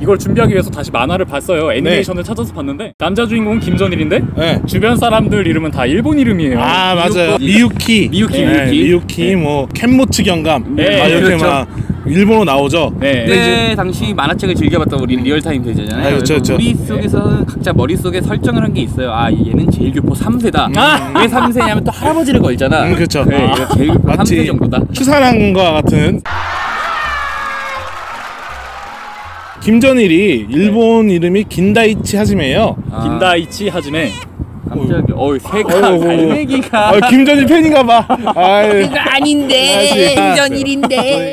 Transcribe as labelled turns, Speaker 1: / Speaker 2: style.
Speaker 1: 이걸 준비하기 위해서 다시 만화를 봤어요. 애니메이션을 찾아서 봤는데 남자 주인공은 김전일인데
Speaker 2: 네.
Speaker 1: 주변 사람들 이름은 다 일본 이름이에요.
Speaker 2: 아 맞아요
Speaker 1: 미국도-
Speaker 2: 미유키
Speaker 1: 미유키,
Speaker 2: 네,
Speaker 1: 미유키.
Speaker 2: 미유키
Speaker 1: 네.
Speaker 2: 뭐 캔모츠 경감
Speaker 1: 네,
Speaker 2: 막 이렇게
Speaker 3: 그렇죠.
Speaker 2: 막 일본어 나오죠
Speaker 1: 네.
Speaker 3: 그때 당시 만화책을 즐겨봤던 우리 리얼타임 세대잖아요.
Speaker 2: 아, 그렇죠, 그렇죠.
Speaker 3: 우리 속에서 각자 머릿속에 설정을 한 게 있어요. 아 얘는 제일교포 3세다. 왜 3세냐면 또 할아버지를 걸잖아.
Speaker 2: 아. 음, 그렇죠
Speaker 3: 네,
Speaker 2: 아,
Speaker 3: 이거 제일교포 3세
Speaker 2: 마치
Speaker 3: 정도다.
Speaker 2: 추사랑과 같은 김전일이 일본 이름이 긴다이치 하지메예요
Speaker 3: 아,
Speaker 1: 김다이치 하지메.
Speaker 3: 갑자기 어우 새가
Speaker 2: 어이구.
Speaker 3: 갈매기가
Speaker 2: 아, 김전일 팬인가 봐 아유.
Speaker 4: 아닌데
Speaker 2: 아직.
Speaker 4: 행전일인데